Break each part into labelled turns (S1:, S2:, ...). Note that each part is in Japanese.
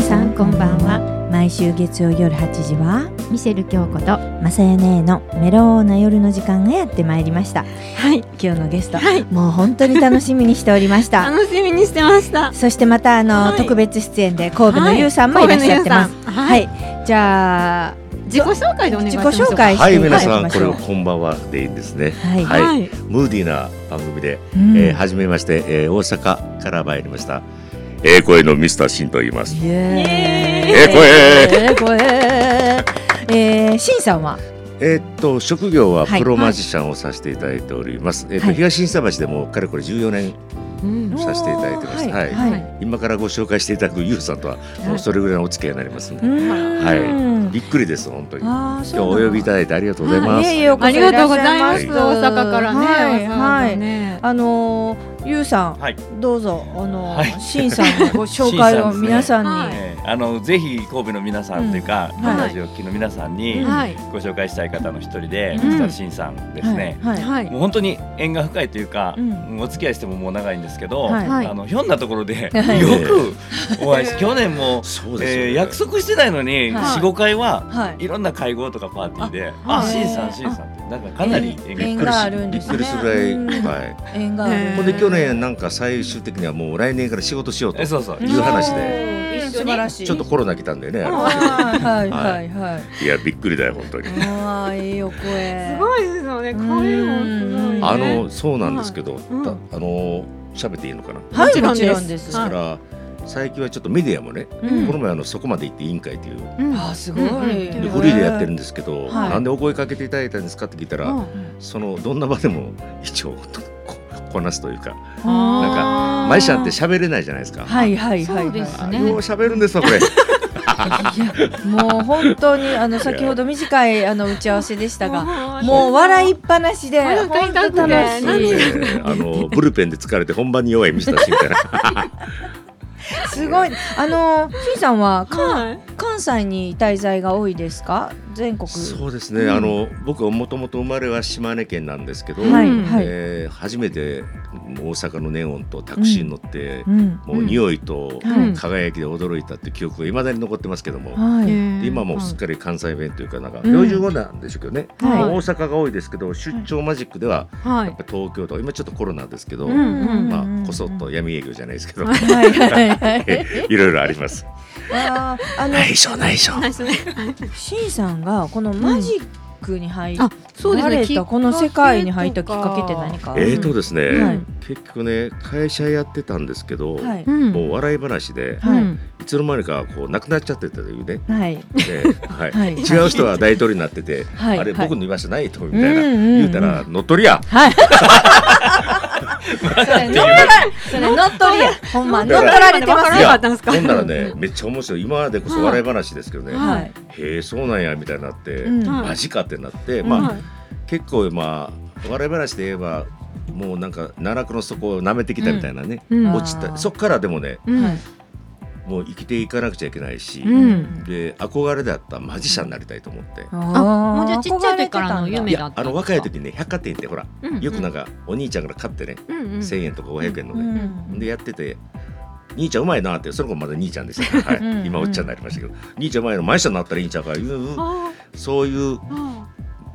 S1: さんこんばんは毎週月曜夜8時は
S2: ミシェル京子とは
S1: まさや姉のメローな夜の時間がやってまいりました
S2: い
S1: 今日のゲスト
S2: はい
S1: もう本当に楽しみにしており ました
S2: 楽しみにしてました
S1: そしてまたあの、
S2: はい
S1: 特別出演で神戸のゆうさんもいらっしゃってます、
S2: は
S1: はいい、じゃあ
S2: 自己紹介でお願いし
S1: 自己
S2: ます
S1: 紹介し
S3: は
S1: て
S3: い、
S1: いただ
S3: 皆
S1: き
S3: さん、
S1: ま
S3: こ
S1: し
S3: れ
S1: ょう
S3: をこんばんはでいいんですね。
S1: はい
S3: はい
S2: はい
S3: ムーディーな番組で、
S1: うん
S3: えー、初めまして、えー、大阪から参りました。えー、声のミスターシンと言います。
S1: イエーイ
S3: えーこえ
S1: えーこえーえー、しんさんは
S3: えーっと、職業は
S1: はい
S3: プロマジシャンをさせていただいております。えーっ
S1: は
S3: と、
S1: い
S3: 東新橋でも、かれこれ14年、
S2: うん
S3: させていただいてます
S1: おー
S3: はい
S1: はい、
S2: はい
S3: 今からご紹介していただくゆうさんとは、もうそれぐらいのお付き合いになりますんで。はい
S1: は
S3: びっくりです、本当に。今
S1: あー
S3: 日お呼びいただいてありがとうございます。
S1: あいえいえ
S2: ありがとうございます
S1: はい
S2: 大阪からね
S1: はい
S2: わざわざね
S1: あのー、ゆうさん、
S4: はい
S1: どうぞあのー、
S4: はい
S1: しんさんのご紹介を
S4: しんさんですね
S1: 皆さんに、
S2: はい
S4: えーあのぜひ神戸の皆さんというか、
S1: うんはい
S4: ラジオ機の皆さんに
S1: うん
S2: はい
S4: ご紹介したい方の一人で、
S1: う
S4: うんん、シンさんですね。
S1: はいはい
S2: はい
S4: もう本当に縁が深いというか、
S1: うん
S4: お付き合いしてももう長いんですけど、
S1: はい
S2: はい
S4: あのひょんなところでよ
S1: はい
S4: くお会いし、去年も、
S3: そうですよね
S4: えー約束してないのに、
S1: はい
S4: 四五回は
S1: はい
S4: いろんな会合とかパーティーで、
S1: あ
S4: あ、
S1: はい
S4: シンさんシンさんってなんかかなり
S1: えー縁
S4: 縁が深い。
S1: があるんですね
S3: びっくりするぐらい、はい。
S1: い縁がある、
S2: ね
S3: ほんで去年なんか最終的にはもう来年から仕事しようと
S4: えそうそう。
S3: いう話で
S1: で
S2: うん
S1: 素晴らしい
S3: ちょっとコロナ来たんだよねあれ
S1: はいはいはいはい
S3: いやびっくりだよ本当に
S1: ああいいお声
S2: すごいですよね声もすごいね
S3: あのそうなんですけど、
S2: うん
S3: たあの喋っていいのかなだ
S1: はいも
S2: も
S1: ち
S2: ち
S1: ろ
S2: ろ
S1: ん
S2: ん
S1: で
S2: ですす
S3: か
S2: は
S3: ら最近はちょっとメディアもね、
S1: うん
S3: この前あのそこまで行って委員会っていうで
S2: うん
S1: あーすご
S2: うんうん
S1: い、
S2: へ
S3: フリーでやってるんですけど、
S1: はい
S3: なんでお声かけていただいたんですかって聞いたら、
S2: うん
S3: そのどんな場でも一応とここなすという
S2: な
S3: か
S2: ん
S1: か
S3: マイシャンって喋れないじゃないですか、
S1: はいはいはいはい
S2: そうです
S3: あ
S2: ね
S3: よう喋るんですわこれ
S1: いやもう本当にあの先ほど短いあの打ち合わせでしたが
S2: が
S1: もう笑いっぱなしで
S2: お腹
S1: 本
S2: 痛くて
S1: 当楽しい
S3: そうですねあのブルペンで疲れて本番に弱い水田慎みたいな
S1: すごいあのしんさんは関,、
S2: はい
S1: 関西に滞在が多いですか全国
S3: そうですね、あの僕はもともと生まれは島根県なんですけど、
S1: はい
S2: うん
S1: はい、
S3: えー初めて大阪のネオンとタクシーに乗って、
S1: うん
S3: もう匂いと
S1: はい
S3: 輝きで驚いたって記憶がいまだに残ってますけども、
S1: はい、
S3: で今もうすっ
S2: っ
S3: かり関西弁というかなんか
S1: うん
S3: 標準語なんでしょうけどね、
S1: はい
S3: まあ大阪が多いですけど出張マジックでは
S2: は
S3: やっ
S2: い
S3: ぱ東京とか今ちょっとコロナですけど、
S2: うんうん
S3: まあ、こそっと闇営業じゃないですけど、
S1: はいはいはい
S3: いろいろあります。
S1: あーあの
S3: 内緒内緒
S2: ナイスね
S1: しんさんがこのマジックに入っ
S2: あそうです
S1: 慣
S2: ね
S1: れたこの世界に入ったきっかけって何か
S3: えーとですね、
S1: はい
S3: 結局ね会社やってたんですけど、
S1: はい
S2: うん
S3: もう笑い話で
S1: はい
S2: うん
S3: いつの間にかこうなくなっちゃってたとい うね、
S1: はい
S3: ではい
S1: はい
S3: 違う人は大統領になってて、
S1: はい
S3: あれ、
S1: はい
S3: 僕の居場所ないとみたいな、
S1: うんうんうん
S3: 言うたら乗っ取りや
S1: はい。それ乗っ取られ、それ乗っ取りや。ほんま、乗っ取られてま
S2: わ
S1: す
S2: から
S3: い
S2: な
S1: よ
S2: か
S3: や。
S2: ったんですか
S3: ほんならねめっちゃ面白い今までこそ笑い話ですけどね、
S2: はい
S1: はい。
S3: へえそうなんやみたいになって、
S1: うん
S3: マジかってなって、
S1: うん
S3: ま
S2: は
S3: あ結構まあ笑い話で言えばもうなんか奈落の底を舐めてきたみたいなね、
S2: うん
S3: 落ち
S1: あー
S3: たそっからでもね
S2: うん
S1: はい
S3: もう生きていかなくちゃいけないし、
S2: うん
S3: で憧れだったマジシャンになりたいと思って。
S1: あ
S2: もうじゃあちっちゃい時からの夢
S3: い
S2: だ
S3: や
S2: った
S3: あ
S2: んですか
S3: の若い時にね百貨店行ってほら
S2: うん
S3: よくなんかお兄ちゃんから買ってね、
S2: うんうん
S3: 1,000円とか500円の
S1: う
S3: ね、
S1: ん
S3: でやってて「兄ちゃんうまいな」ってその子まだ兄ちゃんでしたから、はい
S1: うん
S3: 今おっちゃんになりましたけど「兄ちゃんうまいの毎社になったらいいんちゃうか」いう
S2: あ
S3: そういう
S2: ーあ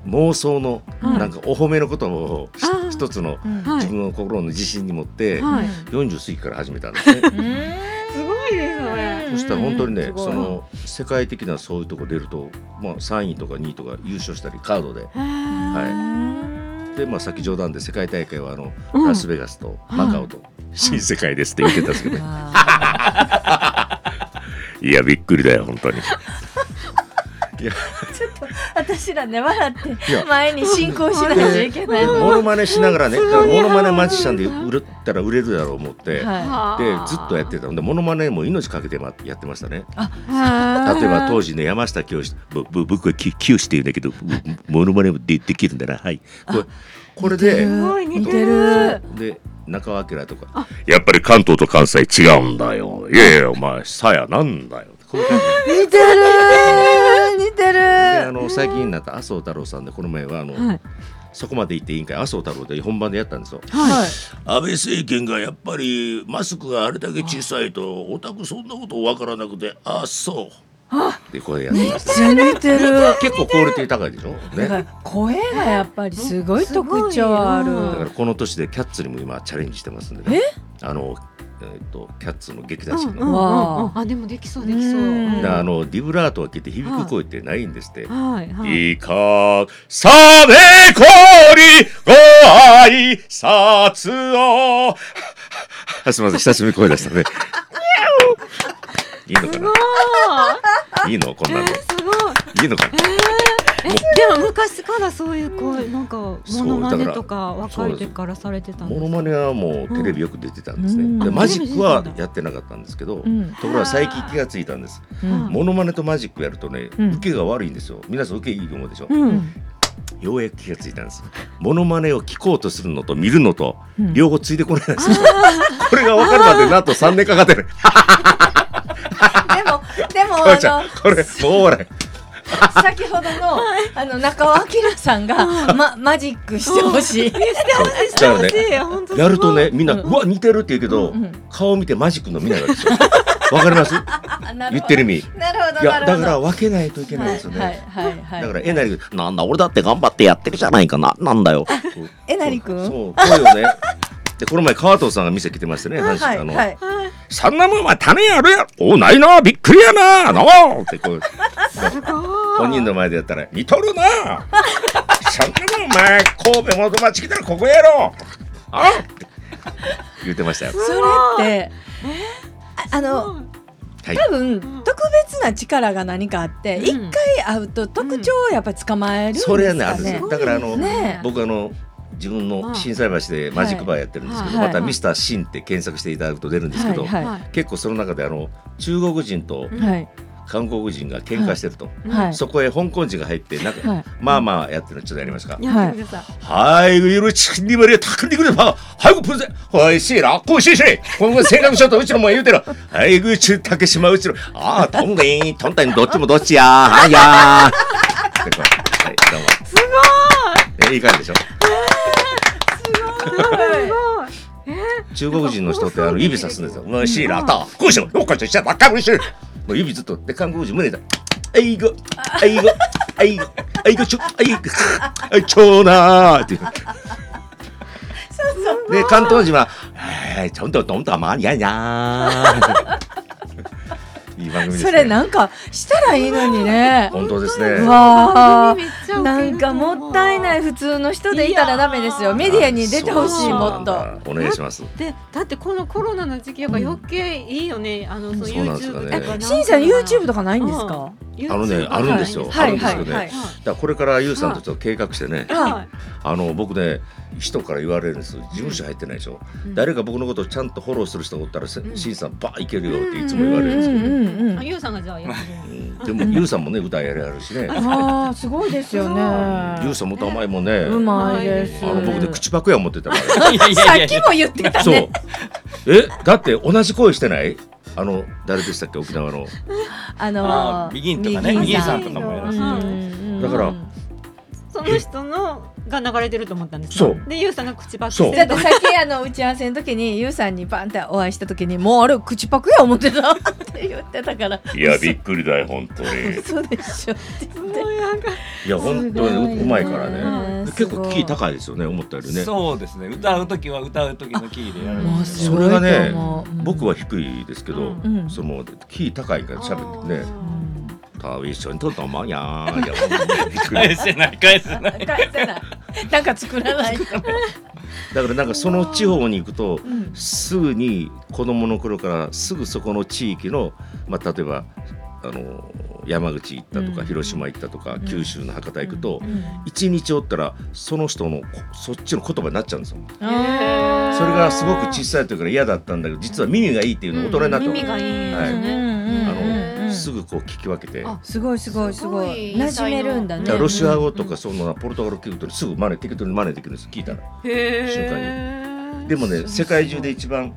S3: 妄想の
S2: はい
S3: なんかお褒めのことをひ
S2: あー
S3: 一つの
S1: うん
S2: ーはい
S3: 自分の心の自信に持って
S2: はい
S3: 40過ぎから始めたんですね。
S2: すごいですね
S3: そしたら本当にね
S1: すごい
S3: その世界的なそういうとこ出ると、まあ、3位とか2位とか優勝したりカードで
S2: は
S3: で、まあ、さっき冗談で世界大会はあの、
S2: うん
S3: ラスベガスとマカオと新世界ですって言ってたんで すけど、ね、
S1: あ
S3: いやびっくりだよ本当にいや
S1: ーちょっと私らね笑っ
S3: い
S1: て
S3: や
S1: 前に進行しなきゃいけないの
S3: モノマネしながらね
S2: す
S3: だ
S2: ごい
S3: からモノマネマジシャンで売ったら売れるだろう思って、
S1: は
S3: でずっとやってたんでモノマネも命かけてまやってましたね
S2: た
S3: 例えば当
S2: 時
S3: 時ね山下清ぶぶ僕はき清って言うんだけどぶモノマネもでできるんだなはいこれこれ
S1: い
S3: で
S1: 似てる
S3: で中尾明とか
S2: あ
S3: やっぱり関東と関西違うんだよいやいやお前さやなんだよこういう感じ
S1: 似てる似て
S3: であ
S1: る
S3: の最近になった麻生太郎さんでこの前はあの、
S2: はい
S3: そこまで行って委員会麻生太郎で本番でやったんですよ
S2: はい。
S3: 安倍政権がやっぱりマスクがあれだけ小さいとオタクそんなことわからなくてあそうってこれやってました
S1: じゃ似てる。
S3: 結構クオリティ高いでしょ
S1: だ
S3: ね
S1: から声がやっぱりすごい特徴あ
S2: すごい
S3: だ
S2: な
S1: る。
S3: からこの年でキャッツにも今チャレンジしてますんでね。あの、えーっとキャッツの劇団四季
S2: うん
S3: の、
S2: うんうん
S1: わ
S2: あでもできそうできそうう。
S1: ん
S3: であのディブラートを聞いて響く声ってないんですって。
S2: はいはい。
S3: いかさめこにご挨拶を。あすみません久しぶりに声出したね。 いいのか
S2: すごい。
S3: ないいのこん
S2: え
S3: なの
S2: ーすごい。
S3: いいのかな
S2: え でも昔からそういうこうなんかモ
S3: そう
S2: ノマ
S3: だか
S2: ネ
S3: ら
S2: とか若い時からされてたんで
S3: モ
S2: す
S3: ノ
S2: か。
S3: マネはもうテレビよく出てたんです
S1: う
S3: ね。
S1: ん
S3: で
S1: うん
S3: マジックはやってなかったんですけど、
S1: うん。
S3: ところが最近気がついたんです。
S1: うん。
S3: モノマネとマジックやるとね、
S1: うん
S3: 受けが悪いんですよ皆さん受けいいと思うでしょ、
S2: う。
S1: うんん。
S3: ようやく気がついたんですモノマネを聞こうとするのと見るのと
S1: うん
S3: 両方ついてこないんですよ、 これが分かるまでなんと3年かかってる
S1: でも、でも、
S3: かおちゃ
S1: あ
S3: んこれもう
S1: の、
S3: 笑
S1: 先ほどの、あの、中尾明さんが、ま、マジックしてほしい。
S3: いだからね
S2: え本当すごい
S3: やるとねみんな、
S1: う
S3: うんわ似てるって言うけど、
S1: うん
S3: 顔見てマジックの見ないわけ ですよわかります
S1: あな
S3: 言ってる意味
S1: なるほど。
S3: いやだから
S1: い
S3: 分けないといけないですよね、
S1: はいはいはい。、
S3: だかららえなり
S5: なんだ、俺だって頑張ってやってるじゃないかな。なんだよ。
S1: えなりくん
S3: そう声をねでこの前川藤さんが店来てましてね阪神
S1: はい
S3: あの、
S1: はい。
S5: そんなもんは種やるやお、ないな、びっくりやな、なあ
S3: ってこう
S2: すごい。
S3: 本人の前でやったら「似とるな そんなもんお前神戸元町来たらここやろあっ!」って言ってましたよ。
S1: それって、ああの、
S3: はい、
S1: 多分特別な力が何かあって
S2: うん
S1: 一、回会うと特徴をやっぱり捕まえるんですか
S3: それはねあるんで
S1: ね
S3: す。よだからあの、
S1: ねえ
S3: 僕あの自分の心斎橋でマジックバーやってるんですけど、
S1: はい
S3: また「ミスターシン」って検索していただくと出るんですけど、
S1: はいは
S3: 結構その中であの中国人と
S2: うん
S1: はい
S3: 韓国人が喧嘩してると、
S1: は
S3: そこへ香港人が入ってなんか、
S1: はい
S3: まあまあやってるのちょっとやりますか。
S2: やってください。
S3: 아이고 이런 친님을 다 끌리고 봐. 아이고 분세. 어이씨 라고 씨씨. 뭔가 생각부터 어찌로 뭐 이대로. 아이고 지 타케시마 어찌로. 아 동댕 동댕 너지 뭐 너지야. 아야. 됐고. 네, 넘어.
S2: すご
S3: 네, 이거 되죠.
S2: い。すごい。
S3: 中国人の人ってあの指さすんですよ。もうしらた、こうしろ、よっこいしょ、しゃばっかりしろ。もう指ずっと、で、韓国人胸だ。 아이고, 아이고, 아이고, 아이고, 저, 아이고, 아이, 전화.で、関東人は、えー、ちょんとどんとまりやにゃーいい番組ですね。
S1: それなんかしたらいいのにね。
S3: 本当です
S1: う
S3: ね。
S1: わ
S2: めっちゃ
S1: あ。
S2: ウケると思う
S1: なんかもったいない普通の人でいたらダメですよ。メディアに出てほし
S3: そう
S1: いも
S3: な
S1: っ
S3: ん
S1: と。
S3: だ。お願いします。
S2: でだってこのコロナの時期やから余計いいよね、あのその
S3: そうなんですかね
S2: YouTube とか
S1: しんさん YouTube とかないんですか？
S3: あのね、あるんですよ。
S1: は
S3: あ
S1: い
S3: るんですよ
S1: は
S3: ね。
S1: い
S3: だからこれからゆうさんとちょっと計画してね、
S1: はい
S2: はい
S3: あの僕ね、人から言われるんです。事務所入ってないでしょ。誰か僕のことをちゃんとフォローする人がおったら、し
S2: ん
S3: んさんばーいけるよっていつ
S1: うん
S3: も言
S1: う
S3: われるんですけどね。
S1: んうんう
S2: あ
S1: ん。
S2: ゆうさんがじゃあやってる
S3: うんでもゆうさんもね、歌やりあるしね。
S1: ああすごいですよ
S3: ゆう
S1: ね。
S3: さんも歌うまいもんね。
S1: うまいです。
S3: あの僕ね、口パクや思ってたから。
S4: いやい
S1: さ
S4: やいや
S1: っ
S4: いや
S1: きも言ってた
S3: そ
S1: ね
S3: う。。え、だって同じ声してない？あの誰でしたっけ沖縄の。
S1: あ
S4: あ
S1: の
S4: ービギンとかね
S2: ビ
S4: ビ
S2: ギ
S4: ギ
S2: ン
S4: ン
S2: さ
S4: さ
S2: ん
S4: んとかもや
S1: う
S4: ら
S1: ん
S4: せて
S1: うんうん
S3: だから
S2: その人のが流れてると思ったんです
S3: そ
S2: よ
S3: う
S2: でゆうさんが口ばっか
S3: そう
S2: して
S1: だってさっきあの打ち合わせの時にゆうさんにバンってお会いした時にもうあれ口パクや思ってたって言ってたから
S3: いやびっくりだよ本当に。
S1: 嘘でしょって言って
S3: いや本当にうまいから
S1: すごいね
S3: ね。結構キー高いですよね思ったよりね。
S4: そうですね歌う時は歌う時のキーでやる
S1: もうすごい
S3: それがね
S1: と思ううん
S3: 僕は低いですけど、
S1: うん
S3: そのキー高いから喋ってね。
S1: うん
S3: 旅一緒にとったまやー。いや本当にびっくり
S4: 返せない返せない
S1: 返せないなんか作らない
S3: だからなんかその地方に行くと。
S1: うん
S3: すぐに子供の頃からすぐそこの地域の、まあ、例えばあの山口行ったとか、
S1: うん
S3: 広島行ったとか、
S1: ん
S3: 九州の博多行くと
S1: う、ん
S3: 一日おったらその人のこそっちの言葉になっちゃうんですよ。
S1: あー
S3: それがすごく小さい時から嫌だったんだけど実は耳がいいっていうのを大人になっても、
S2: 耳がいいです
S3: はい
S2: ね、
S1: うんう
S3: あ
S1: ん
S3: のすぐこう聞き分けて。
S2: あ
S1: すごいすごいすご
S2: すご
S1: い
S2: い
S1: 馴染めるんだね
S3: だからロシア語と
S2: うん
S3: かそのポルトガル聞くとすぐ真似適当に真似できるんです聞いたら
S2: へえ
S3: でもね世界中で
S2: い
S3: 一番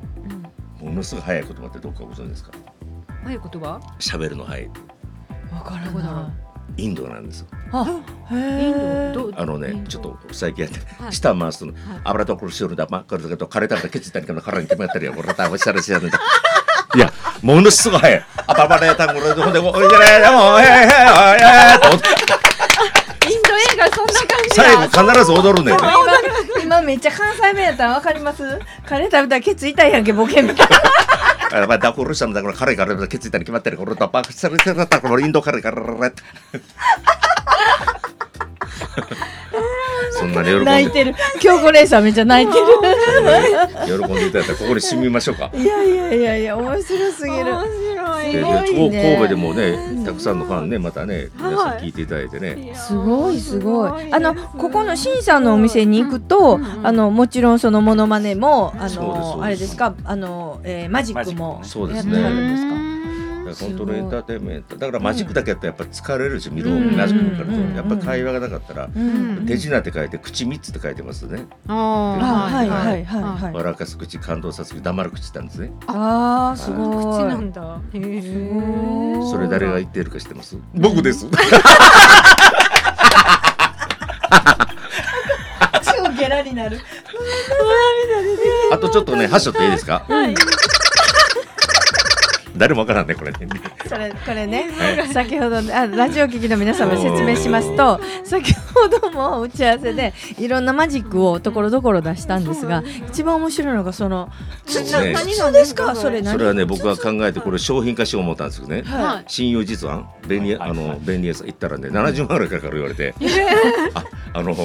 S3: ものすごい早い言葉ってどっかご存知ですか
S2: どういうことが
S3: 喋るの早い
S1: わから
S2: どこだろう
S1: な
S3: インドなんですよ
S1: あ
S2: イン
S1: へ
S2: ド
S1: ー
S2: どう
S3: あのね
S2: インド
S3: ちょっと最近やって
S2: はい
S3: 舌回すの油と苦しよるだまこれだけど枯れたからケチったりかの腹に決まったりよこれだおしゃれしやるんだいやものすごい早いあばばれたこれでほんでおいやれでもおいやいやいや
S2: インド映画そんな感じ
S3: 最
S2: や
S3: 後必ず踊るね
S1: 今今めっちゃ関西弁やったらわかりますカレー食べたらケツ痛いやんけボケみたいな
S3: あばだこるしゃんだから彼からケチったり決まったりこれだばっしゃれしやるんだこれインド彼からそんなに喜ん
S1: 泣い
S3: で
S1: てる京子レーサーめっちゃ泣いて
S3: 喜んでいただいたらここに住みましょう か
S1: るいやいやいやいや面白すぎる
S2: 面白い
S1: す
S3: え
S1: ごい
S3: ー
S1: ね
S3: 神戸でもねたくさんのファンねまたね皆さん聞いていただいてね、
S2: いや
S1: すごいすごい
S2: ですね
S1: あのここのしんさんのお店に行くと、
S2: うんうんうん
S1: あのもちろんそのモノマネもあ
S3: そうですそうで
S1: の
S3: す
S1: あれですかあの、えーマジックも
S4: マジ
S3: そうです
S1: やっては
S2: う
S1: る
S3: ね
S1: んですか
S2: ん
S3: だ
S1: す
S3: か
S1: ごい
S3: ら本当のエンターテインメントだからマジックだけやったらやっぱ疲れるし見る方
S1: うん
S3: もマジックから
S1: うんうんうん
S3: やっぱ会話がなかったら
S1: う
S2: うん
S1: ん
S3: 手品って書いて口三つって書いてますね
S2: あ
S1: あ
S2: ー
S1: はいはいはい
S2: あ
S1: はい、
S3: 笑かす口感動さす口黙る口なんですね
S1: あーす
S2: 口
S1: ごい
S2: なんだ
S1: す
S2: へ
S1: ごい
S2: ー
S3: それ誰が言ってるか知ってます僕です
S1: 超ゲラになる
S3: あとちょっとね箸取っていいですか
S2: はい
S3: 誰もわからんねこれね
S1: それこれ ね先ほどあラジオ聞きの皆様説明しますと先ほども打ち合わせでいろんなマジックをところどころ出したんですが一番面白いのがその筒
S3: そうね
S1: 何のですかそれ何
S3: それはね僕が考えてこれ商品化しよう思ったんですけどね
S2: はい
S3: 信用実案便利
S4: はい
S3: あの便利屋さん行ったらね70万ぐらいかかる言わ れてああの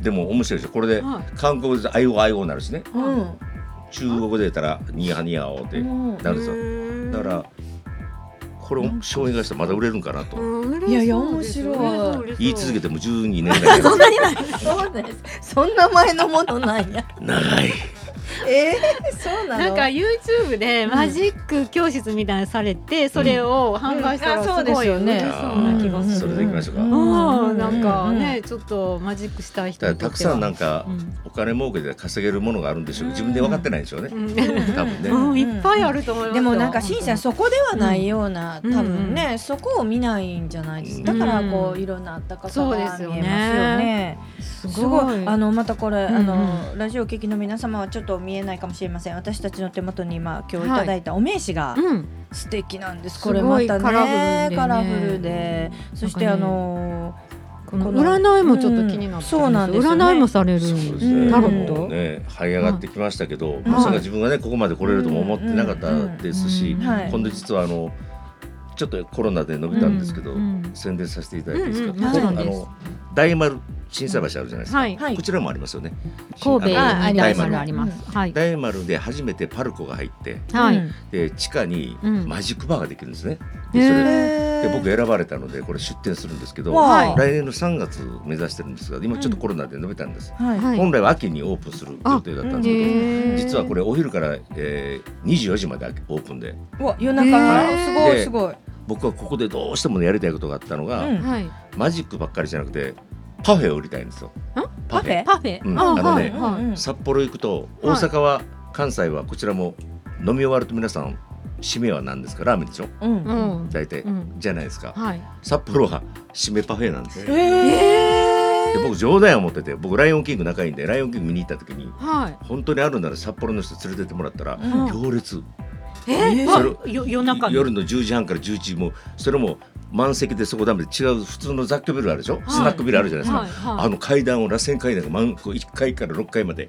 S3: でも面白いでしょこれで
S2: は
S3: 韓国語で「あいおあいお」になるしね
S1: うん
S3: 中国語で言ったら「ニーハニーハオ」って
S1: うん
S3: なるんですよ
S2: よ
S3: だからこれを商品化したらまだ売れるんかなと
S1: いやいや面白い
S3: 言い続けても12年ぐらい
S1: そんなにない。そうなんです。そんな前のものなんや。
S3: 長い
S1: えー、そうなの。
S2: なんか YouTube でマジック教室みたいなのされてそれを販売したらすごい売れそうな気が
S3: あー
S2: す
S3: それ
S2: る。
S3: でいきましょうか
S1: ん
S2: うんなんかねちょっとマジックしたい人
S3: だか
S2: にと
S3: らた
S2: っ
S3: く
S2: て
S3: さ
S2: は
S3: んなんか
S2: うん
S3: お金儲けで稼げるものがあるんでしょう自分で分かってないんでしょうね
S2: うん
S3: 多分ね
S2: うんいっぱいあると思います
S1: で
S2: よ
S1: もなんかしんちゃんそこではないような、
S2: うん
S1: 多分ね、そこを見ないんじゃないですか。
S2: うん
S1: だからこういろんなあったかさが
S2: そう
S1: 見え
S2: で
S1: ます
S2: す
S1: よ
S2: よ
S1: ね。
S2: ね
S1: す
S2: ごい
S1: あのまたこれ、
S2: うんうん
S1: あのラジオ聞きの皆様はちょっと見えないかもしれません。私たちの手元に今今日いただいたお名刺が
S2: うん
S1: 素敵なんです。
S2: す
S1: こ
S2: ごい
S1: れまたね
S2: カラフルでね
S1: カラフルで、そして
S2: な
S1: あ
S2: んかね
S1: の
S2: この占いもちょっと気になって、
S1: そうなんですよね
S2: 占いもされる
S3: そうです
S1: う
S3: ね
S1: ん
S2: タロ
S1: ッ
S2: ッ
S1: ト
S3: もう
S2: ト、
S3: ね這い上がってきましたけど
S1: ん
S3: まさか自分がねここまで来れるとも思ってなかったですし
S2: うん
S1: はい
S3: 今度実はあのちょっとコロナで伸びたんですけど
S2: うん
S3: 宣伝させていただいていいですか
S2: うん
S1: うんもちろん
S3: あ
S2: です
S3: の大丸震災橋あるじゃないですか
S2: はい、
S1: はい
S3: こ。ちらもありますよね
S2: 神戸に
S3: あの
S1: あります
S2: 大
S3: 大
S2: 丸
S3: 丸
S2: あります、はい、
S3: 大丸で初めてパルコが入って
S2: はい、
S1: うん
S3: で地下に
S2: うん
S3: マジックバーができるんですね。
S2: へ
S3: でそれ
S1: へ
S3: で
S1: ー
S3: 僕選ばれたのでこれ出店するんですけど
S1: わあ
S3: 来年の3月目指してるんですが今ちょっとコロナで延べたんです。
S1: はい
S2: はい
S3: 本来は秋にオープンする予定だったん
S1: あ
S3: ですけど。
S1: へー
S3: 実はこれお昼から、えー、24時までオープンで
S1: うわ夜中、
S2: へー
S1: すごい
S3: です
S1: ごい。
S3: 僕はここでどうしてもねやりたいことがあったのが、
S1: うん
S2: はい、
S3: マジックばっかりじゃなくてパフェを売りたいんですよ。パフェ
S2: パフェ、
S3: うん
S2: あ
S3: あのね
S2: はいはい
S1: うん
S3: 札幌行くと
S2: はい
S3: 大阪は、関西はこちらも飲み終わると皆さん締めは何ですかラーメンでしょ
S1: うん
S2: う
S1: うん
S2: ん、
S3: 大体、
S2: うん
S3: じゃないですか。
S2: はい、
S3: 札幌は締めパフェなんですよ。
S1: え
S3: で僕冗談を持ってて僕ライオンキング仲いいんでライオンキング見に行った時に
S2: はい、
S3: 本当にあるなら札幌の人連れてってもらったら
S1: うん
S3: 行列
S2: え
S3: それ
S2: ー、あよ夜中に、
S3: 夜の10時半から11時もうそれも満席でそこダメで違う普通の雑居ビルあるでしょ、
S2: い
S3: スナックビルあるじゃないですか、
S2: はいはい
S3: あの階段を螺旋階段が満こう1階から6階まで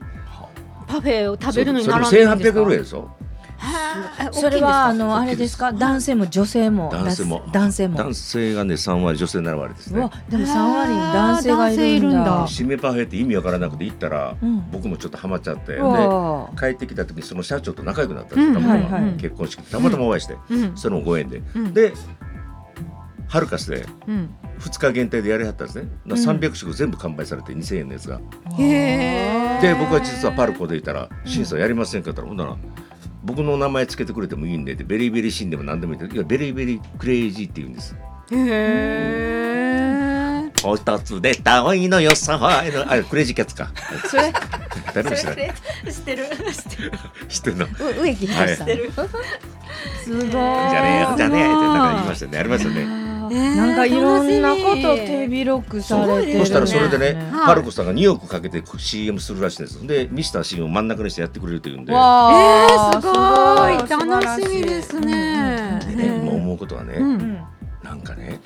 S2: パフェを食べるのに
S3: それ
S2: 並
S3: そ
S2: んで
S3: れ
S2: る
S3: も
S2: んです
S3: 1800
S2: か、
S3: 円ぐらいですよ
S2: は
S1: それはあのあ
S3: 大き
S1: れ
S3: いです
S1: ですか男性も女性も
S3: 男性も
S1: 男性も
S3: 男性がね3割女性7割です
S1: う
S3: ね
S1: わでも三割に男性がいるん
S2: へー
S1: だ
S2: 男。
S3: 締めパフェって意味わからなくて行ったら、
S1: うん
S3: 僕もちょっとハマっちゃってで
S1: うわ
S3: 帰ってきた時にその社長と仲良くなったんですたまた
S1: うんはいは
S3: ま
S1: い
S3: 結婚式たまたまお会いして、
S2: うん
S3: そのご縁で、
S2: うん
S3: でハルカスで
S2: うん、
S3: 2日限定でやりはったんですね、な300食全部完売されて2000円のやつが、
S2: へー
S3: で僕は実はパルコでいたら「審査やりませんか?」って言ったらほんなら「僕の名前つけてくれてもいいんで」って「ベリーベリーシンでも何でもいい」って「いやベリーベリークレイジー」って言うんです
S2: へえ、
S3: 「一つ出たおいのよさはいの」あれクレイジーキャッツか
S1: それ
S3: 誰も知
S1: そ
S3: らない
S1: れ
S2: 知ってる、知ってる、
S3: 知ってんの
S1: う植木
S3: はい
S1: さん。すごい。
S3: じゃねえよじゃねえよってなんか言いましたねありましたね
S1: なんかいろんなこと手広くされてる、
S3: そしたらそれでね、
S2: はい
S3: パルコさんが2億かけて CM するらしいんです。で、ミスターシンを真ん中にしてやってくれるというんで、
S1: わ
S2: え
S1: あ
S2: ー、す
S1: 素
S2: ご
S1: 晴
S2: い
S1: らし
S2: 楽しみですね。
S3: でね今思うことはね、
S2: う
S1: うんん
S3: なんかね、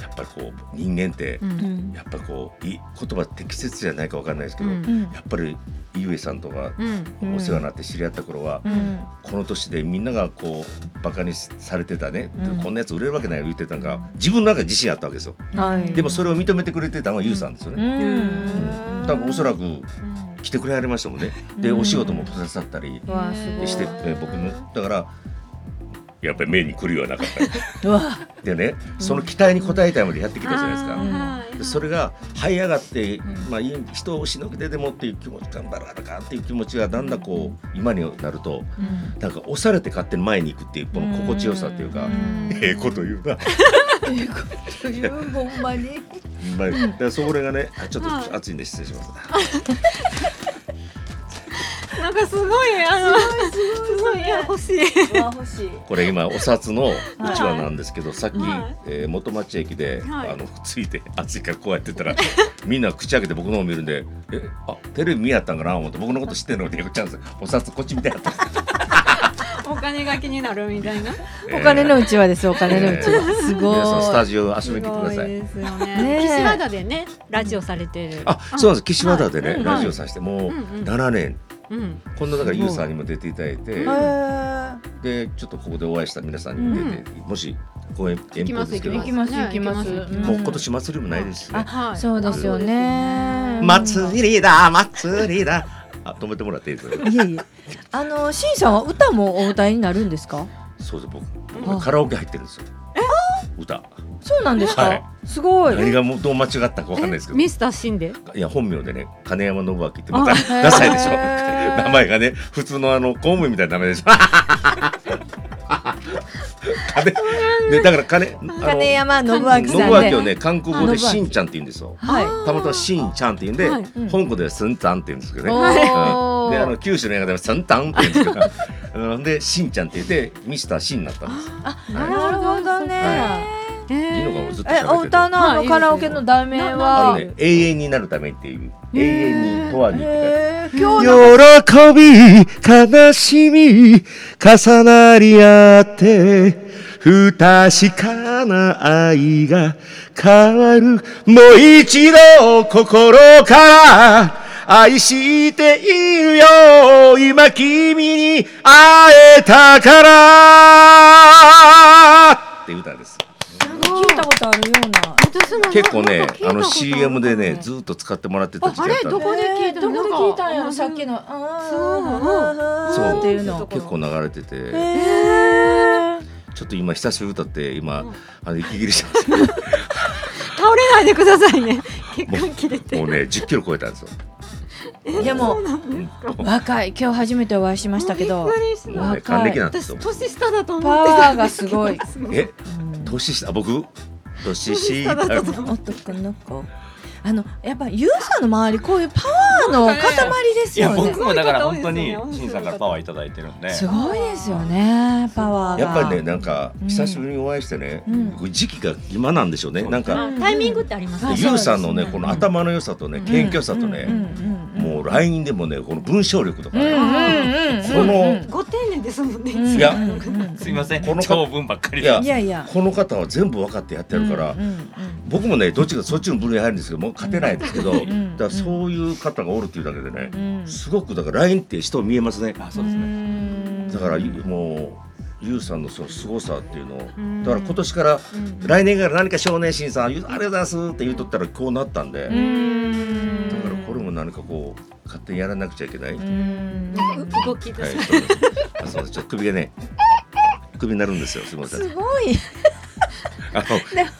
S3: やっぱりこう人間って、
S2: うん
S1: うん
S3: やっぱりこうい言葉適切じゃないかわかんないですけ
S2: う
S3: ど、
S2: ん
S1: うん
S3: やっぱり井上さんとか
S2: うん
S3: お世話になって知り合った頃は、
S1: うん
S3: この年でみんながこうバカにされてたね、
S1: うん
S3: こんなやつ売れるわけないよ言ってたのが自分の中で自信あったわけですよ。
S1: はい
S3: でもそれを認めてくれてたのが y o さんですよ
S1: う
S3: ね。
S1: ん
S3: 多分おそらく
S2: うん
S3: 来てくれはりましたもんね。で
S1: うん
S3: お仕事もくださったり
S1: うわあすごい
S3: して、え僕もだからやっぱり目に来るようなかった
S1: うわ
S3: でねその期待に応えたいまでやってきたじゃないですか。
S2: あーはい
S3: でそれが這い上がって、まあ、いい人をしのぎででもっていう気持ち頑張らなあかんっていう気持ちがだんだんこう今になるとなんか押されて勝手に前に行くっていうこの心地よさっていうか
S1: うん
S3: ええこと言うな
S1: ええこと言うほんまに
S3: うまいだからそれがねあちょっと熱いんで失礼します
S2: なんかすごいあのすごい欲しい。
S1: うわ欲しい
S3: これ今お札の一話なんですけど、さっき、
S2: はい
S3: えー元町駅で、
S2: はい
S3: あのついて暑いからこうやってたら みんな口開けて僕の方見るんで「えあテレビ見やったんかな?」思って僕のこと知ってんのにチャンスお札こっち見てやったんです
S2: お金が気になるみたいな。
S1: お金のうちはですお金のうち
S3: え
S1: はすご
S3: 皆さんスタ
S1: い
S3: ジオ遊
S2: す
S3: びに来て
S2: ご
S3: くだ
S2: い
S3: さい。
S2: ですよ
S1: ねえ
S2: ね。岸和田でねラジオされてる。
S3: あ、そうなんです。岸和田でね、
S2: はい
S3: ラジオさせてもう
S2: うんうん
S3: 7年、
S2: うん。
S3: こんなだからユウさんにも出ていただいて、
S1: え
S3: でちょっとここでお会いした皆さんにも出て、もし公演遠方ですけど、
S1: 行
S3: もう
S1: きます行きます
S2: ね
S1: うん
S3: 今年祭りもないですしね。
S2: は
S1: ー
S2: い
S1: そうですよね
S2: うん
S3: 祭りだ祭りだ。あ止めてもらっていいですか。
S1: いえいえあのしんさんは歌もお歌いになるんですか
S3: そうです僕僕カラオケ入ってるんですよ。歌
S1: そうなんですか、
S3: はい
S1: すごい
S3: 何がもうどう間違ったかわかんないですけど
S2: ミスターシンで。
S3: いや本名でね金山信明ってまたダサいでしょ
S1: へー
S3: 名前がね普通のあの公務員みたいな名前でしょ金でだから金あの
S1: 金山信明さんで
S3: 信明をね韓国語
S1: あ
S3: で
S1: 信明
S3: しんちゃんって言うんですよ
S1: はい
S3: たまたましんちゃんって言うんで、
S2: はい
S1: うん
S3: 香港ではすんたんって言うんですけどね、
S1: お
S3: うん
S1: ー
S3: であの九州の映画ではすんたんって言うんですけどうんでしんちゃんって言ってミスターしんになったんですよ
S1: なるほどね、
S3: は
S2: え
S3: いいのかもずっと
S1: え
S3: 喋
S1: お
S3: ってて
S1: 歌のあのカラオケの題名
S3: あ
S1: は
S3: の、ね永遠になるためっていう永遠に永遠にって書いてある
S1: えー、今日の
S5: 喜び、悲しみ、重なり合って、不確かな愛が変わる。もう一度心から愛しているよ。今君に会えたから。
S3: っていう歌です
S1: 聞いたことあるような
S2: 私も
S3: 結構ね
S2: なんか聞いたこと
S3: あ
S2: る
S3: の CM でねずっと使ってもらってた時期あったん
S2: あれど
S3: で
S2: こで聞いたの
S1: えーどこで聞いたんや
S2: な
S1: ろ
S2: んか
S1: さっきのあー
S2: そう
S1: あー
S3: そう
S1: っていうの
S3: 結構流れて
S1: え
S3: て
S1: ー、
S3: ちょっと今久しぶり歌って今あの息切れして
S2: 倒れないでくださいね。 血管切れ
S3: ますも
S2: て。
S3: うね10キロ超えたんですよ
S1: いやもう若い今日初めてお会いしましたけど
S2: びっくりした
S3: もうね還暦なんです
S2: 私
S3: よ
S2: 年下だと思
S1: パ
S2: ってた。
S1: ワーがすごい
S3: え年下僕年下
S2: 年下だっ
S1: 男の子あのやっぱユウさんの周りこういうパワーの塊です
S4: いや
S1: よね
S4: 僕もだから本当
S2: すごい
S4: に
S2: 方ですよね
S4: 新さんからパワーいただいてるんです
S1: ごいですよねパワーが
S3: やっぱりねなんか久しぶりにお会いしてね
S1: うん
S3: こう時期が今なんでしょうね
S4: そう
S3: なんか
S2: あ タイミングってあります
S1: あ
S3: ゆ
S1: そう
S3: う
S1: です
S3: さんのねこの頭の良さとね謙虚さと
S1: うん
S3: ねもう LINE でもねこの文章力とか
S1: うんうん
S3: ね
S1: うんうんうんうん
S3: こ
S2: ご
S3: の
S2: 丁寧ですもんね。
S1: うん
S3: いや
S1: うんうん
S4: すいません
S3: この
S4: 長文ばっかりで
S3: いや
S1: いやいや
S3: この方は全部分かってやってるから
S1: うんうん
S3: 僕もねどっちかそっちの部類入るんですけどもう勝てないですけどだ
S1: ん
S3: からそういう方がおるっていうだけでね
S1: うんうん
S3: すごくだから LINE って人見えますね
S4: あそうですね
S3: だからもうゆうさんのその凄さっていうのをだ
S2: ん
S3: から今年から
S2: うん
S3: 来年から何か少年審査ありがとうございますって言うとったらこうなったんで
S1: うん
S3: だからこれも何かこう勝手にやらなくちゃいけない。はい
S1: うん
S2: 動きです。
S3: そうですあそうですちょっと首がね首になるんですよすみません
S1: す。ごい
S3: あの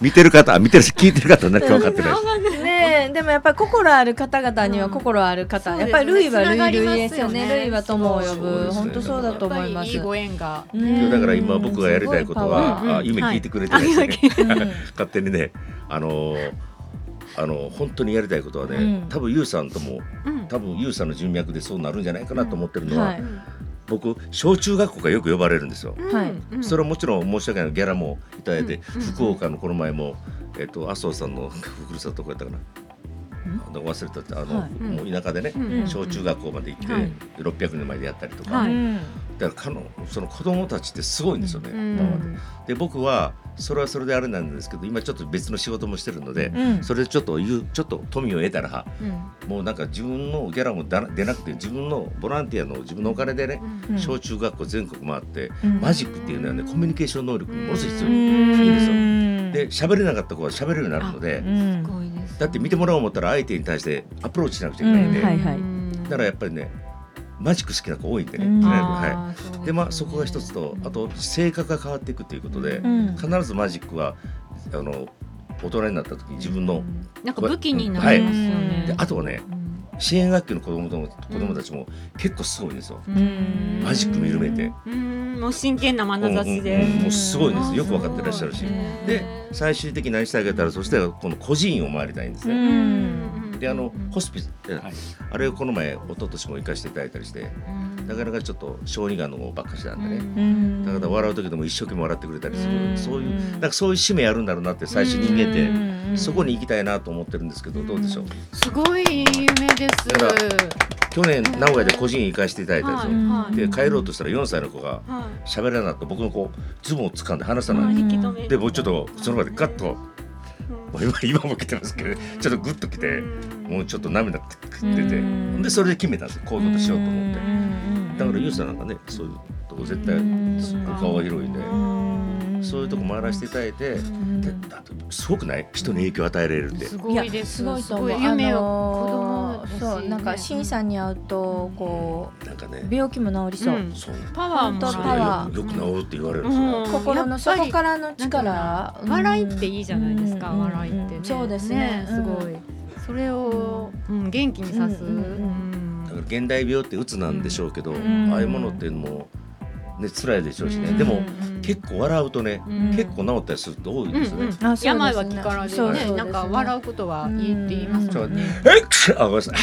S3: 見てる方あ見てる聞いてる方は何か分かってないで
S2: ね
S3: す。
S1: ねえでもやっぱり心ある方々には心ある方、
S2: うん
S1: やっぱりルイはル
S2: そうですね
S1: イルイですよ
S2: つな
S1: ね
S2: がりますよね
S1: ルイは友を呼
S3: そうです
S1: ぶ
S3: ね
S1: 本当そうだと思います
S2: いいご縁が。
S1: ねえ
S3: だから今僕がやりたいこと
S1: すごい
S3: はあ
S2: うん
S3: 夢聞いてくれてないですよね。
S1: パワーうん
S3: 勝手にねあのーあの本当にやりたいことはね、
S1: うん
S3: 多分ゆうさんとも
S2: うん
S3: 多分ゆうさんの人脈でそうなるんじゃないかなと思ってるのは、
S1: はい
S2: うん
S3: 僕小中学校からよく呼ばれるんですよ。
S1: はい
S2: うん
S3: それはもちろん申し訳ないギャラもいただいて、福岡のこの前も、えっと、麻生さんの ふるさとこやったかな。あの忘れたってあの、
S1: はい
S3: もう田舎でね、
S2: うん
S3: 小中学校まで行って、
S1: はい
S3: 600人前でやったりとか、
S2: はいう
S3: だからかのその子供たちってすごいんですよね。
S2: うん
S3: パワーでで僕はそれはそれであれなんですけど今ちょっと別の仕事もしてるので、
S1: うん
S3: それでちょっと言うちょっと富を得たら
S2: うん
S3: もうなんか自分のギャラもだ出なくて自分のボランティアの自分のお金でね、
S1: うん
S3: 小中学校全国回って、
S1: うん
S3: マジックっていうのはねコミュニケーション能力にものすごい必要
S1: う
S3: いいですよ。
S1: ん
S3: で喋れなかった子は喋れるようになるので
S1: うん
S2: すごいです
S3: だって見てもらおう思ったら相手に対してアプローチしなくちゃいけないんで、
S1: うんはいはい
S2: うん
S3: だからやっぱりねマジック好きな子多いんでね、
S1: うん
S3: とりあえずはい。
S2: あーうすね
S3: でまあそこが一つとあと性格が変わっていくということで、
S1: うん
S3: 必ずマジックはあの大人になった時に自分
S2: う
S3: の、
S2: んなんか武器になりますよ
S1: はい
S2: ね
S3: であとはね
S2: うん
S3: 支援学級の子供ども子供たちも結構すごいんですよ、
S1: ん
S3: マジックも緩めて、
S2: うんもう真剣な眼差し
S3: うん
S2: で
S3: うんうんもうすごいです
S2: うん
S3: よく分かってらっしゃるし
S2: そうね
S3: で最終的に何してあげたらそしたらこの孤児院を回りたいんです
S1: う
S3: ね、
S1: ん
S3: であのホスピス、え
S4: はい
S3: あれをこの前一昨年も行かせていただいたりしてなかなかちょっと小児がんの方ばっかしなんでね、
S1: うん
S3: だから笑う時でも一生懸命笑ってくれたりする、
S2: うん
S3: そういうなんかそういう使命あるんだろうなって最初人間って、
S1: うん
S3: そこに行きたいなと思ってるんですけどどうでしょう、
S2: すごい夢です
S3: だから去年名古屋で個人行かせていただいたんですよ、
S1: い
S3: で帰ろうとしたら4歳の子が
S2: は
S3: 喋らなくて僕のこうズボンを掴んで離さ
S2: い
S3: ない、
S1: うん
S3: でもうちょっとその場でガッと、
S2: うん
S3: もう今今も来てますけどちょっとグッと来てもうちょっと涙くっくって
S1: う
S3: て
S1: ん
S3: でそれで決めたんです行動しようと思って
S1: うん
S3: だからユウさんなんかねそういうとこ絶対
S1: うん
S3: お顔が広いんで
S1: うん
S3: そういうとこ回らせていただいて
S1: ん
S3: でだってすごくない人に影響を与えられるって
S2: すごいです
S1: すごいと思う
S2: すごい夢を
S1: あのー
S2: 子供ですよね
S1: そうなんかシンさんに会うとこ
S3: なんか
S1: う
S3: ね
S1: 病気も治りそう、
S2: うん
S3: そう
S2: パワー
S1: 本
S2: も
S1: 当パ
S2: あ
S1: ワ
S2: る
S1: ー
S3: よくよく治るって言われるんです
S2: う
S3: よ
S2: ん
S1: 心の底からの力
S2: なんていうのかな笑いっていいじゃないですか
S1: うん
S2: 笑いってね
S1: そうですね
S2: ねすごい
S1: うん
S2: それをうん元気にさす
S1: うんうん
S3: だから現代病って鬱なんでしょうけど、
S1: ん
S3: ああいうものっていうのもね辛いでしょうしね、
S1: うん
S3: でも
S2: うん
S3: 結構笑うとね、
S2: うん
S3: 結構治ったりすること多い
S2: うんう
S3: ですね。
S2: ん
S1: あそうですね
S2: 病は気からで
S1: そうそうです
S2: ね
S1: ね
S2: なんか笑うことはいいって言います
S3: ちょ
S2: よ
S3: っと
S2: ね
S3: ねえっくしあごめんなさい。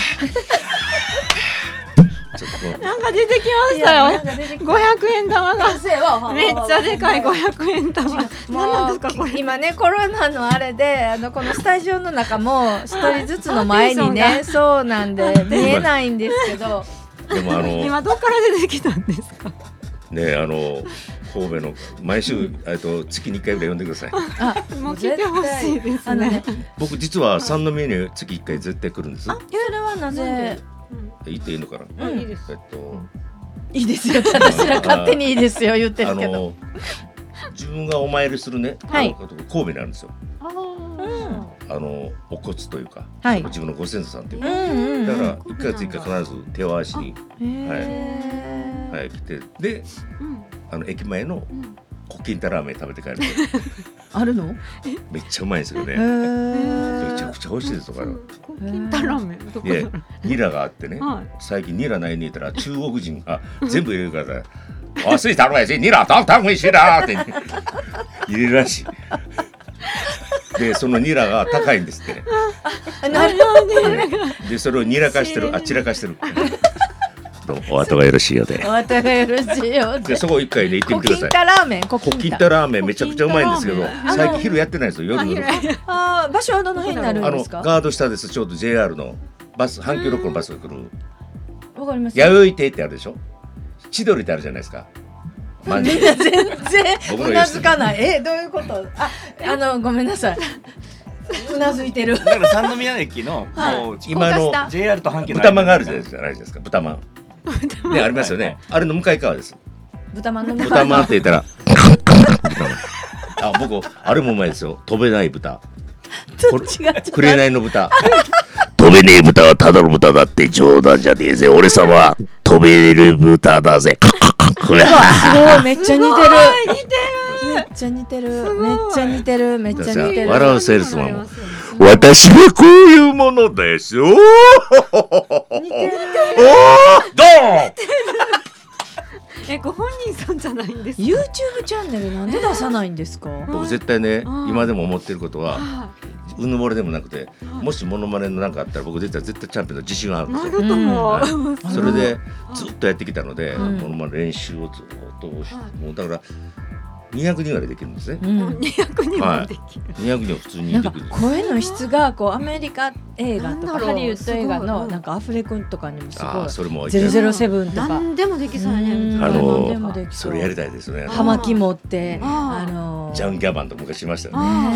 S3: ちょっとこ
S2: なんか出てきま
S1: い
S2: し
S1: や
S2: た
S1: なん
S2: よ
S1: か出 てき
S2: 500円玉 が
S1: た
S2: めっちゃでかい500円 玉
S1: もう
S2: 何なんですかこれ
S1: 今ねコロナのあれであのこのスタジオの中も一人ずつの前に
S2: あテ
S1: ねそうなんで見えないんですけど
S3: うでもあの
S2: 今どっから出てきたんですか
S3: ねあの神戸の毎週えっと月に一回ぐらい呼んでください。
S1: あ
S2: もう来てほしいです
S1: あの
S2: ね
S1: ね
S3: 僕実は三の目に月一回絶対来るんです。
S1: それはなぜ
S3: 言っていいのかな。
S1: うん
S2: いいです
S3: えっと
S1: いいですよ私ら勝手にいいですよ言って
S3: あ
S1: るけど
S3: の自分がお参りするね、
S1: はい
S3: あの神戸にあるんですよ。
S2: あー
S3: あのお骨というか、
S1: はい
S3: 自分のご先祖さんっていう
S1: う
S3: か。
S1: んうん
S3: だか
S1: うん
S3: ら一ヶ月一回必ず手を合わしに、
S1: へー
S3: はい、来てで
S2: うん
S3: あの駅前の
S2: うん
S3: コキンタラーメン食べて 帰る
S1: あるの
S3: めっちゃうまいんですよね
S1: へー
S3: めちゃくちゃ美味しいですよあれ
S2: コキンタラーメンどこ
S3: でニラがあってね
S2: はい
S3: 最近ニラないねえたら中国人が全部入れるから「おスイ頼むやしニラたんたんおいしいな」 って入れるらしいでそのニラが高いんですって
S1: あなる
S3: でそれをニラ化 してるあちらかしてるどうもお後がよろしいようで
S1: お後がよろしいよ
S3: でそこ一回ね行って
S1: コ
S3: みてく
S1: キ
S3: だ
S1: ン
S3: さ い
S1: タラーメンコ
S3: コキ
S1: キ
S3: ン
S1: ン
S3: タ
S1: タ
S3: ラーメンめちゃくちゃうまいんですけど
S2: コキンタラーメン
S3: 最近昼やってないですよ
S2: あ
S3: 夜
S2: い
S3: の
S2: らない
S1: あー場所はどの辺になるん
S3: あ
S1: で
S3: の
S1: すか
S3: ガード下ですちょうど JR のバス阪急六号のバスが来る
S1: わかります
S3: 弥生亭ってあるでしょ千鳥ってあるじゃない ですかまんじゅう
S1: 全然
S3: 僕
S1: う
S3: の
S1: な
S3: 様
S1: ず
S3: 子
S1: かないえどういうことああのごめんなさいうなずいてる
S4: だから三宮駅のもう
S3: 今の
S1: 高架下
S4: JR と阪急の
S3: 豚まんがあるじゃないですか豚まんねありますよ
S4: はい
S3: ねあれの向かい側 です
S1: 豚まんの中
S3: 豚まんって言った ら豚まんあ僕あれもうまいですよ飛べない豚
S1: ちょっと違う違う
S3: 紅の豚
S6: 飛べねえ豚はただの豚だって冗談じゃねえぜ。俺様は飛べる豚だぜ。こ れ
S1: すごいめっちゃ似てる
S2: 似て
S1: めっちゃ似てる
S2: ごい
S1: めっちゃ似てるめっちゃ似て
S3: だから
S1: る
S3: 笑うセールスマンも
S6: 私はこういうものですよ。
S1: 似てる
S3: ドーン
S2: えご本人さんじゃないんです
S1: YouTube チャンネルなんで出さないんですか
S3: 僕絶対ね
S2: うん
S3: 今でも思ってることは
S2: は
S3: うぬぼれでもなくて、もしモノマネのなんかあったら僕出たら絶対チャンピオンの自信があるんです
S2: な
S3: よ
S2: る。とも、
S3: はい、それでずっとやってきたので、
S1: うん
S3: このまま練習をずっとし、
S2: はい
S3: もうだから200人ぐらいできるんですね。
S1: うん
S2: 200人もできる。
S3: 200人は普通に
S1: なん
S3: で
S1: か
S3: きるんです。
S1: 声の質がこうアメリカ映画と
S2: なんだ
S1: か
S2: ろう
S1: ハリウッド映画
S2: すごい
S1: の
S2: うん
S1: なんかアフレコとかにもす
S3: あ
S1: ご
S3: あ
S1: い
S3: それもい
S1: ゼ
S3: ける
S1: ロゼロセブンとか
S2: 何でもできそうやね。
S1: うん
S2: 別に
S3: あの
S1: 何でもでき
S3: そうれやりたいですね。
S1: 葉巻持って
S2: あ
S1: あ
S2: ー
S1: のー
S3: ジャンギャバンと昔しましたよね。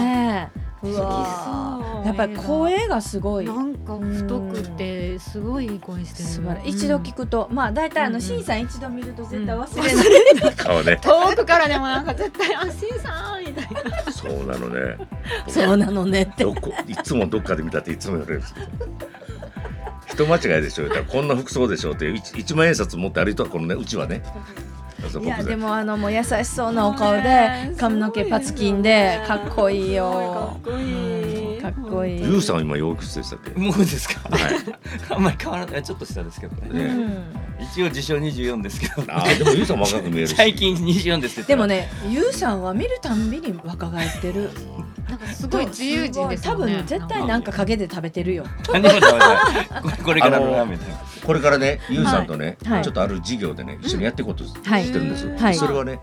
S1: ねえうわ
S2: 好きそう
S1: ーやっぱり声がすごい
S2: なんか太くてすごいいい声してる。
S1: 素晴らしい一度聞くとまあ大体あ
S2: うんう
S1: の
S2: ん
S1: シンさん一度見ると絶対
S2: うん
S1: 忘れない
S3: 顔ね。
S2: 遠くからでもなんか絶対安心さんみたいな。
S3: そうなのね。
S1: そうなのねって
S3: どこいつもどっかで見たっていつも言われるんですけど。人間違いでしょ。だからこんな服装でしょって一一万円札持って歩いたこのねうちはね。そう
S1: い
S3: 僕
S1: や
S3: ね
S1: でもあのもう優しそうなお顔
S2: ね
S1: で髪の毛パツキンでかっこいいよ
S2: すごい
S1: か
S2: かっこいい。
S1: っこいい
S3: ゆうさんは今洋服でしたっけ。
S4: もうですか。
S3: はい。
S4: あんまり変わらない、ちょっと下ですけどね。
S1: う
S3: ね
S1: ん
S4: 一応自称24ですけど。
S3: ああでもゆうさんも若く見えるし。
S4: 最近24ですって言ったら
S1: でも。ねゆうさんは見るたんびに若返ってる
S2: なんかすごい自由人です
S1: 多
S2: よね。
S1: 分絶対なんか影で食べてるよ
S4: 何も食べない。これこれからのラーメンだよ。
S3: これからね、ゆうさんとね、
S1: はい
S3: ちょっとある事業でね、一緒にやっていこうとして
S1: はい
S3: るんですよ。
S1: はい
S3: それはね、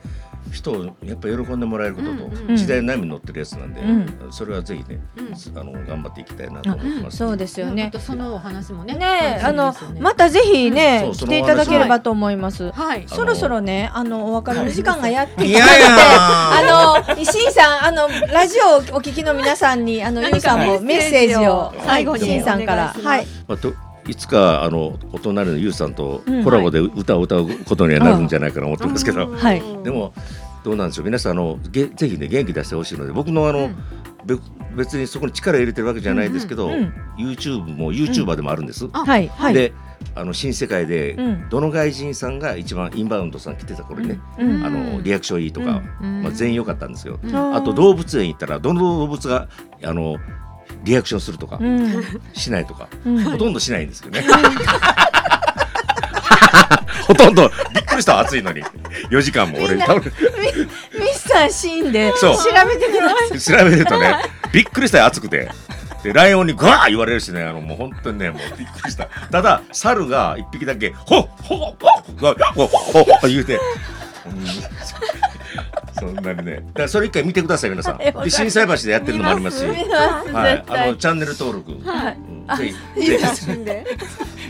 S3: 人をやっぱ喜んでもらえることと、
S2: うん
S1: うん
S3: 時代の波に乗ってるやつなんで、
S1: う
S3: それはぜひね、
S2: うん
S3: あの頑張っていきたいなと思ってます。
S1: そうですよ
S2: ま
S1: ね
S2: たそのお話もね。
S1: ねえあの
S2: そうですよね
S1: またぜひね、
S3: うんそ
S1: 来
S3: う
S1: ていただければと思います
S2: はい。
S1: そろそろねあのお別れの時間がやってき
S3: い
S1: た
S3: やいや
S1: あの石井さんあのラジオをお聞きの皆さんにあのゆうさんもメッセージを
S2: 最後に
S1: 石井さんから
S2: お願いします
S1: はい
S3: まあといつかあのお隣のゆうさんと
S1: うん
S3: コラボで歌を歌うことにはなるんじゃないかな思ってますけど、
S1: はい
S3: でもどうなんでしょう皆さんあのげぜひね元気出してほしいので僕のあの、
S2: うん
S3: べ別にそこに力入れてるわけじゃないですけど、
S1: うんうん
S3: YouTube も YouTuber でもあるんです。
S2: あ
S1: はいはい
S3: であの新世界で、
S1: うん
S3: どの外人さんが一番インバウンドさん来てた頃にね、
S1: うん
S3: あのリアクションいいとか、
S2: うん
S3: まあ、全員良かったんですよ。
S2: うん
S1: あ
S3: あと動物園行ったらどの動物があのリアクションするとか、
S1: うん
S3: しないとか、
S1: うん
S3: ほとんどしないんですけどね。 ほとんどびっくりした暑いのに4時間も俺
S1: みんな
S3: 多分
S1: ミスターシーンで調
S3: そう
S1: べてください
S3: 調べるとねびっくりしたよ暑くてでライオンにガー言われるしねあのもう本当にねもうびっくりしたただ猿が一匹だけ「ほっほっほっほっほっほっほっ」言うて。うんそんなにね、だからそれ一回見てください皆さん。
S1: はいわか
S3: で
S1: り
S3: 震災橋でやってるのもありますし、
S1: 見ます
S3: はい
S1: 絶、
S3: あ
S1: 対
S3: のチャンネル登録、
S1: はい
S3: うんぜひ
S1: いい
S3: ぜ
S1: 写
S3: ひ
S1: 真で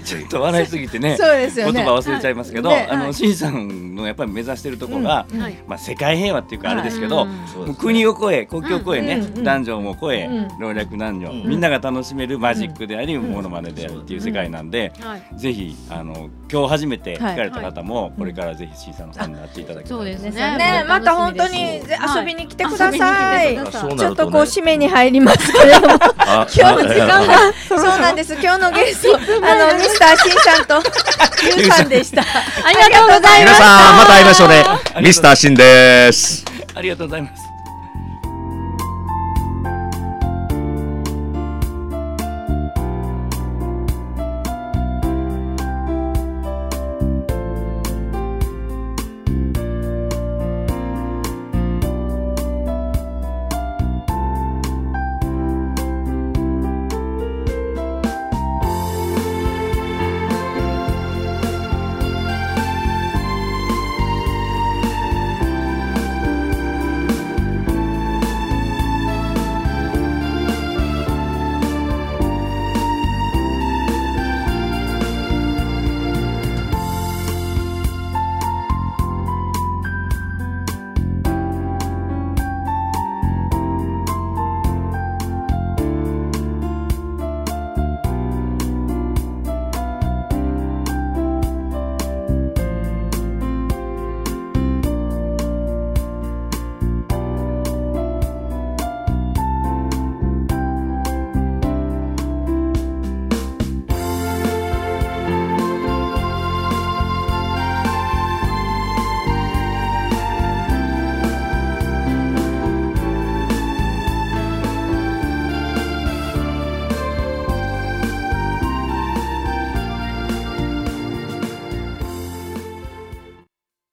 S4: ちょっと笑いすぎてね。
S1: そうですよね
S4: 言葉忘れちゃいますけど、
S1: ね
S4: あのしんさんのやっぱり目指してるところが、
S2: はい
S4: まあ世界平和っていうかあれですけど。
S3: そう
S4: も
S3: で
S4: う
S3: す
S4: 国を越え国境を越えね、
S1: うんうんうん
S4: 男女も越え、
S1: うん
S4: 老若男女、
S3: うん
S4: みんなが楽しめるマジックであり、モノマネでありっていう世界なんで、
S2: はい。
S4: ぜひあの今日初めて聞かれた方も、
S1: い
S4: これからぜひしんさんのファンになっていただきたい
S2: そうですね。
S1: ねまた本当にぜ遊びに来てください
S2: 遊びに来てくださ
S3: そうなるとね
S1: ちょっとこう締めに入りますけれども
S3: あ
S1: 今日の時間がそうなん です今日のゲストあのミスターシンさんとユウさんでしたありがとうございま
S5: 皆
S1: した
S5: さん、また会いましょうね。ミスターシンです。
S4: ありがとうございます